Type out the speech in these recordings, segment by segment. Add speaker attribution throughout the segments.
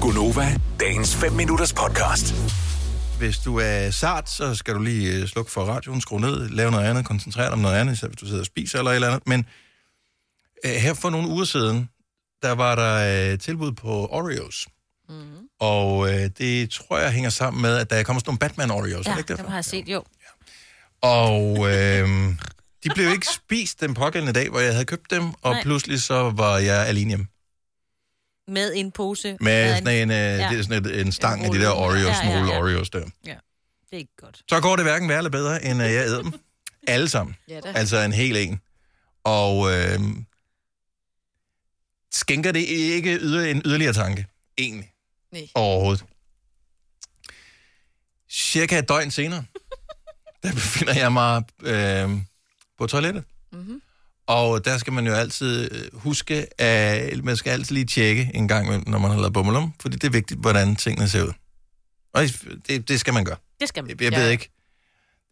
Speaker 1: Gunova, dagens 5 minutters podcast.
Speaker 2: Hvis du er sart, så skal du lige øh, slukke for radioen, skrue ned, lave noget andet, koncentrere dig om noget andet, især hvis du sidder og spiser eller et eller andet. Men øh, her for nogle uger siden, der var der øh, tilbud på Oreos.
Speaker 3: Mm-hmm.
Speaker 2: Mm. Og øh, det tror jeg hænger sammen med, at der kommer sådan nogle Batman-Oreos. er det ikke
Speaker 3: dem har jeg set, jo.
Speaker 2: Og øh, de blev ikke spist den pågældende dag, hvor jeg havde købt dem, og
Speaker 3: Nej.
Speaker 2: pludselig så var jeg alene hjemme.
Speaker 3: Med en pose.
Speaker 2: Med
Speaker 3: og
Speaker 2: sådan en, øh, det er sådan et, en stang af de der
Speaker 3: rulle.
Speaker 2: Oreos, ja,
Speaker 3: Ja, ja, ja.
Speaker 2: Oreos der.
Speaker 3: Ja, det er ikke godt.
Speaker 2: Så går det hverken værre eller bedre, end at jeg æder dem. Alle sammen.
Speaker 4: Ja, da.
Speaker 2: Altså en hel en. Og øh, skænker det ikke yder, en yderligere tanke, egentlig,
Speaker 4: Nej.
Speaker 2: overhovedet. Cirka et døgn senere, der befinder jeg mig øh, på toilettet.
Speaker 4: Mm-hmm.
Speaker 2: Og der skal man jo altid øh, huske, at man skal altid lige tjekke en gang, imellem, når man har lavet bummelum, fordi det er vigtigt, hvordan tingene ser ud. Og det, det skal man gøre.
Speaker 3: Det skal man.
Speaker 2: Jeg, jeg
Speaker 4: Ja.
Speaker 2: ved ikke.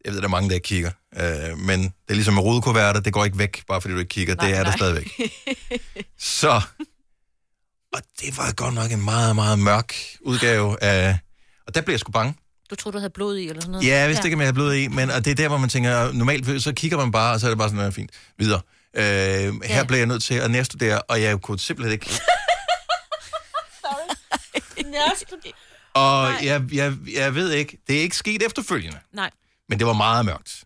Speaker 2: Jeg ved, der er mange, der ikke kigger. Øh, men det er ligesom med rudekuverter, det går ikke væk, bare fordi du ikke kigger. Nej,
Speaker 4: Nej,
Speaker 2: det er nej. der
Speaker 4: nej.
Speaker 2: stadigvæk. Så. Og det var godt nok en meget, meget mørk udgave af... Og der blev jeg sgu bange.
Speaker 3: Du troede, du havde blod i, eller sådan noget?
Speaker 2: Ja, jeg vidste ikke, om jeg havde blod i, men og det er der, hvor man tænker, normalt så kigger man bare, og så er det bare sådan, noget fint, videre. Øh, her
Speaker 3: Ja.
Speaker 2: blev jeg nødt til at nærstudere, og jeg kunne simpelthen ikke... Og jeg, jeg, jeg ved ikke, det er ikke sket efterfølgende.
Speaker 3: Nej.
Speaker 2: Men det var meget mørkt.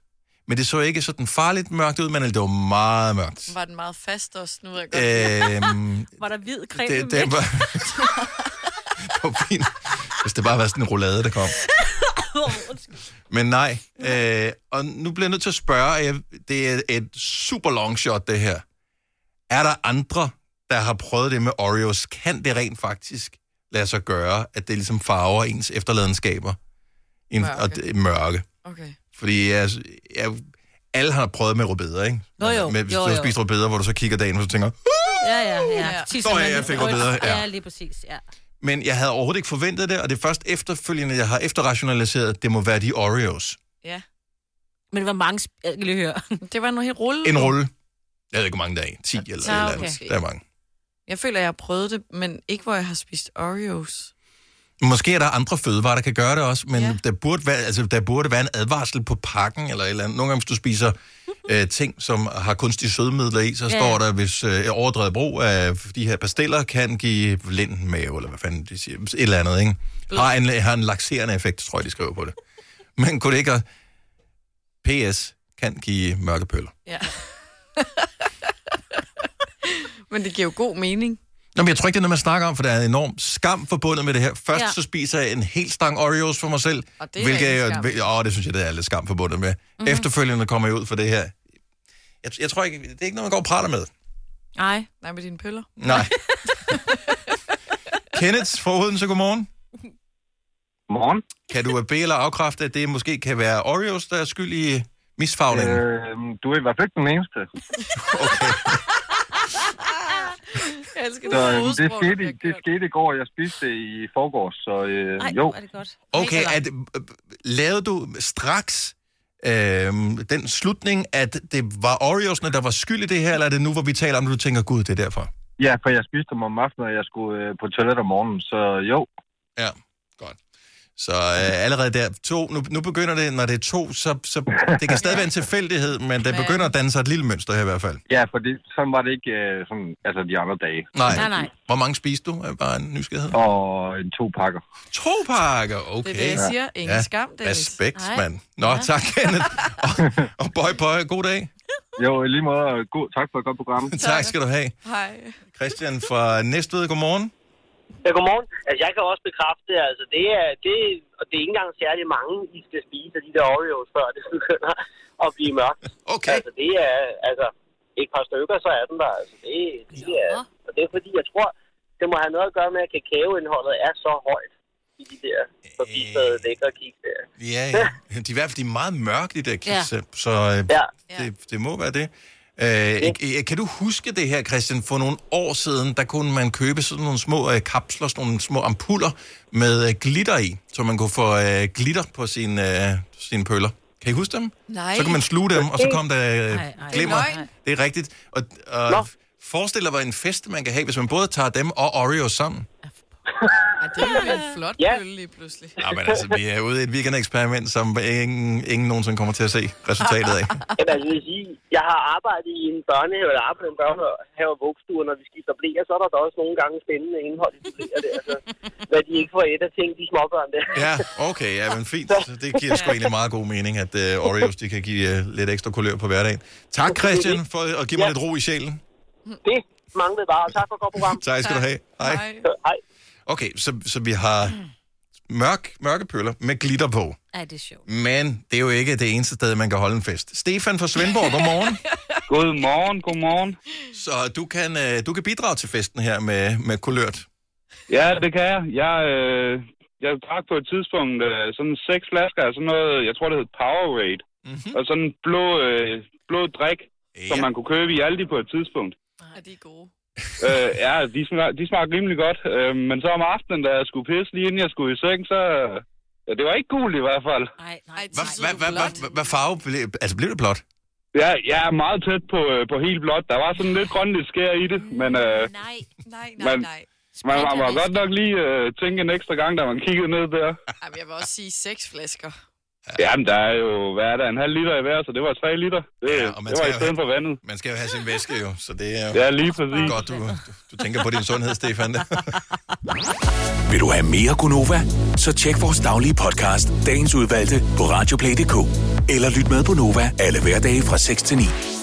Speaker 2: Men det så ikke sådan farligt mørkt ud, men det var meget mørkt.
Speaker 4: Var den meget fast også nu? er Jeg
Speaker 2: Øh,
Speaker 4: godt.
Speaker 2: Øhm,
Speaker 3: Var der hvid creme
Speaker 2: det, det var... det var fint. Hvis det bare var sådan en roulade, der kom. Men nej. Øh, og nu bliver jeg nødt til at spørge, og jeg, det er et super long shot, det her. Er der andre, der har prøvet det med Oreos? Kan det rent faktisk lade sig gøre, at det ligesom farver ens efterladenskaber? En, mørke. Og
Speaker 4: Mørke.
Speaker 2: det, mørke.
Speaker 4: Okay.
Speaker 2: Fordi jeg, jeg, alle har prøvet med rødbeder, ikke?
Speaker 3: Jo, jo.
Speaker 2: Med, hvis
Speaker 3: Jo,
Speaker 2: du har
Speaker 3: jo.
Speaker 2: spist rødbeder, hvor du så kigger dagen, og så tænker,
Speaker 3: Ja, ja, ja.
Speaker 4: Ja.
Speaker 3: Tisser
Speaker 2: Nå, ja,
Speaker 3: man
Speaker 2: jeg
Speaker 3: i
Speaker 2: fik
Speaker 3: bryst.
Speaker 2: bedre, ja.
Speaker 3: Ja, lige præcis, ja.
Speaker 2: Men jeg havde overhovedet ikke forventet det, og det er først efterfølgende, jeg har efterrationaliseret, at det må være de Oreos.
Speaker 4: Ja.
Speaker 3: Men hvor mange... sp- Jeg kan lige høre.
Speaker 4: Det var nu helt rulle.
Speaker 3: Mhm.
Speaker 2: En rulle. Jeg ved ikke, hvor mange der er i. 10 eller
Speaker 3: Ah,
Speaker 2: et eller andet.
Speaker 4: okay.
Speaker 2: Der er mange.
Speaker 4: Jeg føler, jeg har prøvet det, men ikke hvor jeg har spist Oreos.
Speaker 2: Måske er der andre fødevarer, der kan gøre det også, men ja.
Speaker 4: Ja.
Speaker 2: der, burde være, altså, der burde være en advarsel på pakken eller et eller andet. Nogle gange, hvis du spiser øh, ting, som har kunstige sødemidler i, så
Speaker 3: Ja.
Speaker 2: står der, hvis øh, overdrevet brug af de her pastiller kan give lind mave, eller hvad fanden de siger, et eller andet, ikke? Har en, har en lakserende effekt, tror jeg, de skriver på det. Men kunne det ikke også- PS kan give mørke pøller.
Speaker 4: Ja. men det giver jo god mening.
Speaker 2: Nå, men jeg tror ikke, det er noget, man snakker om, for der er en enorm skam forbundet med det her. Først ja.
Speaker 3: Ja.
Speaker 2: så spiser jeg en hel stang Oreos for mig selv.
Speaker 4: Og det er
Speaker 2: hvilket
Speaker 4: rigtig
Speaker 2: jeg-
Speaker 4: skam. Mhm.
Speaker 2: hvil- Åh, det synes jeg, det er lidt skam forbundet med. Mm-hmm. Efterfølgende kommer jeg ud for det her. Jeg, jeg tror ikke, det er ikke noget, man går og prater med.
Speaker 3: Nej.
Speaker 4: Nej, med dine pøller.
Speaker 2: Nej. Kenneth fra Odense, godmorgen.
Speaker 5: Morgen.
Speaker 2: Kan du øh, bede eller afkræfte, at det måske kan være Oreos, der er skyld i misfagningen?
Speaker 5: Øh, du er i hvert fald ikke den eneste.
Speaker 2: Okay.
Speaker 4: Jeg elsker
Speaker 5: Så, øh, det,
Speaker 4: hovedsprog, der
Speaker 5: skete, i-
Speaker 4: bliver
Speaker 5: det
Speaker 4: gjort.
Speaker 5: skete i går, og jeg spiste det i forgårs, så øh,
Speaker 3: Nej,
Speaker 5: jo.
Speaker 3: er det godt.
Speaker 2: Okay, at, øh, lavede du straks øh, den slutning, at det var Oreos'ne, der var skyld i det her, eller er det nu, hvor vi taler om det, du tænker, gud, det er derfor?
Speaker 5: Ja, for jeg spiste dem om aftenen, og jeg skulle øh, på toilet om morgenen, så jo.
Speaker 2: Ja, godt. Så øh, allerede der, to, nu, nu begynder det, når det er to, så, så det kan stadig være en tilfældighed, men det
Speaker 4: Men-
Speaker 2: begynder at danne sig et lille mønster her i hvert fald.
Speaker 5: Ja, for det, sådan var det ikke øh, sådan, altså de andre dage.
Speaker 2: Nej.
Speaker 3: Nej, nej.
Speaker 2: Hvor mange spiste du? Er Bare en nysgerrighed.
Speaker 5: Og en to pakker.
Speaker 2: To pakker,
Speaker 4: Det
Speaker 2: okay.
Speaker 4: er det, jeg siger. Ingen
Speaker 2: Ja.
Speaker 4: skam, Dennis.
Speaker 2: Respekt,
Speaker 3: Nej.
Speaker 2: mand. Nå,
Speaker 3: Ja.
Speaker 2: tak, Kenneth. Og, og bøj, bøj, god dag.
Speaker 5: Jo, i lige måde, og god, tak for et godt program.
Speaker 2: Tak skal du have.
Speaker 4: Hej.
Speaker 2: Christian fra Næstved, godmorgen.
Speaker 6: Ja, godmorgen. Altså, jeg kan også bekræfte det. Altså, det er, det, og det er ikke engang særlig mange, I skal spise af de der Oreos, før det begynder at blive mørkt.
Speaker 2: Okay.
Speaker 6: Altså, det er, altså, et par stykker, så er den der. Altså, det, det
Speaker 3: Nå.
Speaker 6: er, og det er fordi, jeg tror, det må have noget at gøre med, at kakaoindholdet er så højt i de der forbistede
Speaker 2: Øh.
Speaker 6: lækre kiks der.
Speaker 2: Ja, ja. De er i hvert fald de er meget mørke, de der kiks. Ja. Så øh,
Speaker 6: Ja.
Speaker 2: ja. det, det må være det. Øh, ja. Kan du huske det her, Christian? For nogle år siden, der kunne man købe sådan nogle små øh, kapsler, sådan nogle små ampuller med øh, glitter i, så man kunne få øh, glitter på sine, øh, sine pøller. Kan I huske dem?
Speaker 4: Nej.
Speaker 2: Så kan man sluge dem, og så kom der øh,
Speaker 3: Ej, ej.
Speaker 2: glimmer.
Speaker 4: Det er løgn.
Speaker 2: Det er rigtigt. Og, og
Speaker 6: Nå.
Speaker 2: forestil dig, hvor en fest man kan have, hvis man både tager dem og Oreos sammen.
Speaker 4: Ej, det er jo en flot
Speaker 6: Ja.
Speaker 4: kølle lige pludselig.
Speaker 2: Ja, men altså, vi er ude i et weekendeksperiment, som ingen, ingen nogensinde kommer til at se resultatet af.
Speaker 6: Jamen, altså, jeg vil sige, jeg har arbejdet i en børnehave, eller arbejdet i en børnehave og vugstue, og når vi skifter blæer, så er der da også nogle gange spændende indhold i de blæer der. Altså, hvad de ikke får et af ting, de småbørn der.
Speaker 2: Ja, okay, ja, men fint. Så Det giver sgu egentlig meget god mening, at uh, Oreos de kan give uh, lidt ekstra kulør på hverdagen. Tak, Christian, for at give mig
Speaker 6: Ja.
Speaker 2: lidt ro i sjælen.
Speaker 6: Det manglede bare. Tak for et godt program.
Speaker 2: Tak skal du have. Hej.
Speaker 4: Hej.
Speaker 6: Hej.
Speaker 2: Okay, så, så vi har mørk, mørke pøller med glitter på.
Speaker 3: Ej, det er sjovt.
Speaker 2: Men det er jo ikke det eneste sted, man kan holde en fest. Stefan fra Svendborg, godmorgen.
Speaker 5: Godmorgen, godmorgen.
Speaker 2: Så du kan, øh, du kan bidrage til festen her med, med kulørt.
Speaker 5: Ja, det kan jeg. Jeg, øh, jeg drak på et tidspunkt øh, sådan seks flasker af sådan noget, jeg tror det hed Powerade.
Speaker 2: Mhm.
Speaker 5: Mm-hmm. Og sådan en blå, øh, blå drik, ja. som man kunne købe i Aldi på et tidspunkt.
Speaker 4: Er de gode?
Speaker 5: øh, ja, de, smager, de smagte rimelig godt. Øh, men så om aftenen, da jeg skulle pisse lige inden jeg skulle i seng, så... øh, Ja, det var ikke gul i hvert fald.
Speaker 3: Ej, nej.
Speaker 4: Ej,
Speaker 2: Hvad
Speaker 4: så
Speaker 2: hva,
Speaker 4: du
Speaker 2: hva, hva,
Speaker 4: blot.
Speaker 2: hva, hva farve blev Altså, blev det blåt?
Speaker 5: Ja, jeg er meget tæt på, øh, på helt blåt. Der var sådan lidt grønligt skær i det, men øh,
Speaker 3: Nej.
Speaker 4: Nej, nej,
Speaker 5: Men-
Speaker 4: nej.
Speaker 5: man, man må godt nok lige øh, tænke en ekstra gang, da man kiggede ned der.
Speaker 4: Ej, men jeg vil også sige seks flasker.
Speaker 5: Jamen, der er jo, hvad er der, en halv liter i hver, så det var tre liter. Det,
Speaker 2: Ja,
Speaker 5: ja,
Speaker 2: og man
Speaker 5: det var
Speaker 2: skal
Speaker 5: i
Speaker 2: jo
Speaker 5: stedet for vandet.
Speaker 2: Man skal jo have sin væske jo, så det er jo
Speaker 5: Ja, lige præcis.
Speaker 2: godt, du, du, du tænker på din sundhed, Stefan.
Speaker 1: Vil du have mere Gunova? Så tjek vores daglige podcast, dagens udvalgte, på radioplay.dk. Eller lyt med på Nova alle hverdage fra 6 til 9.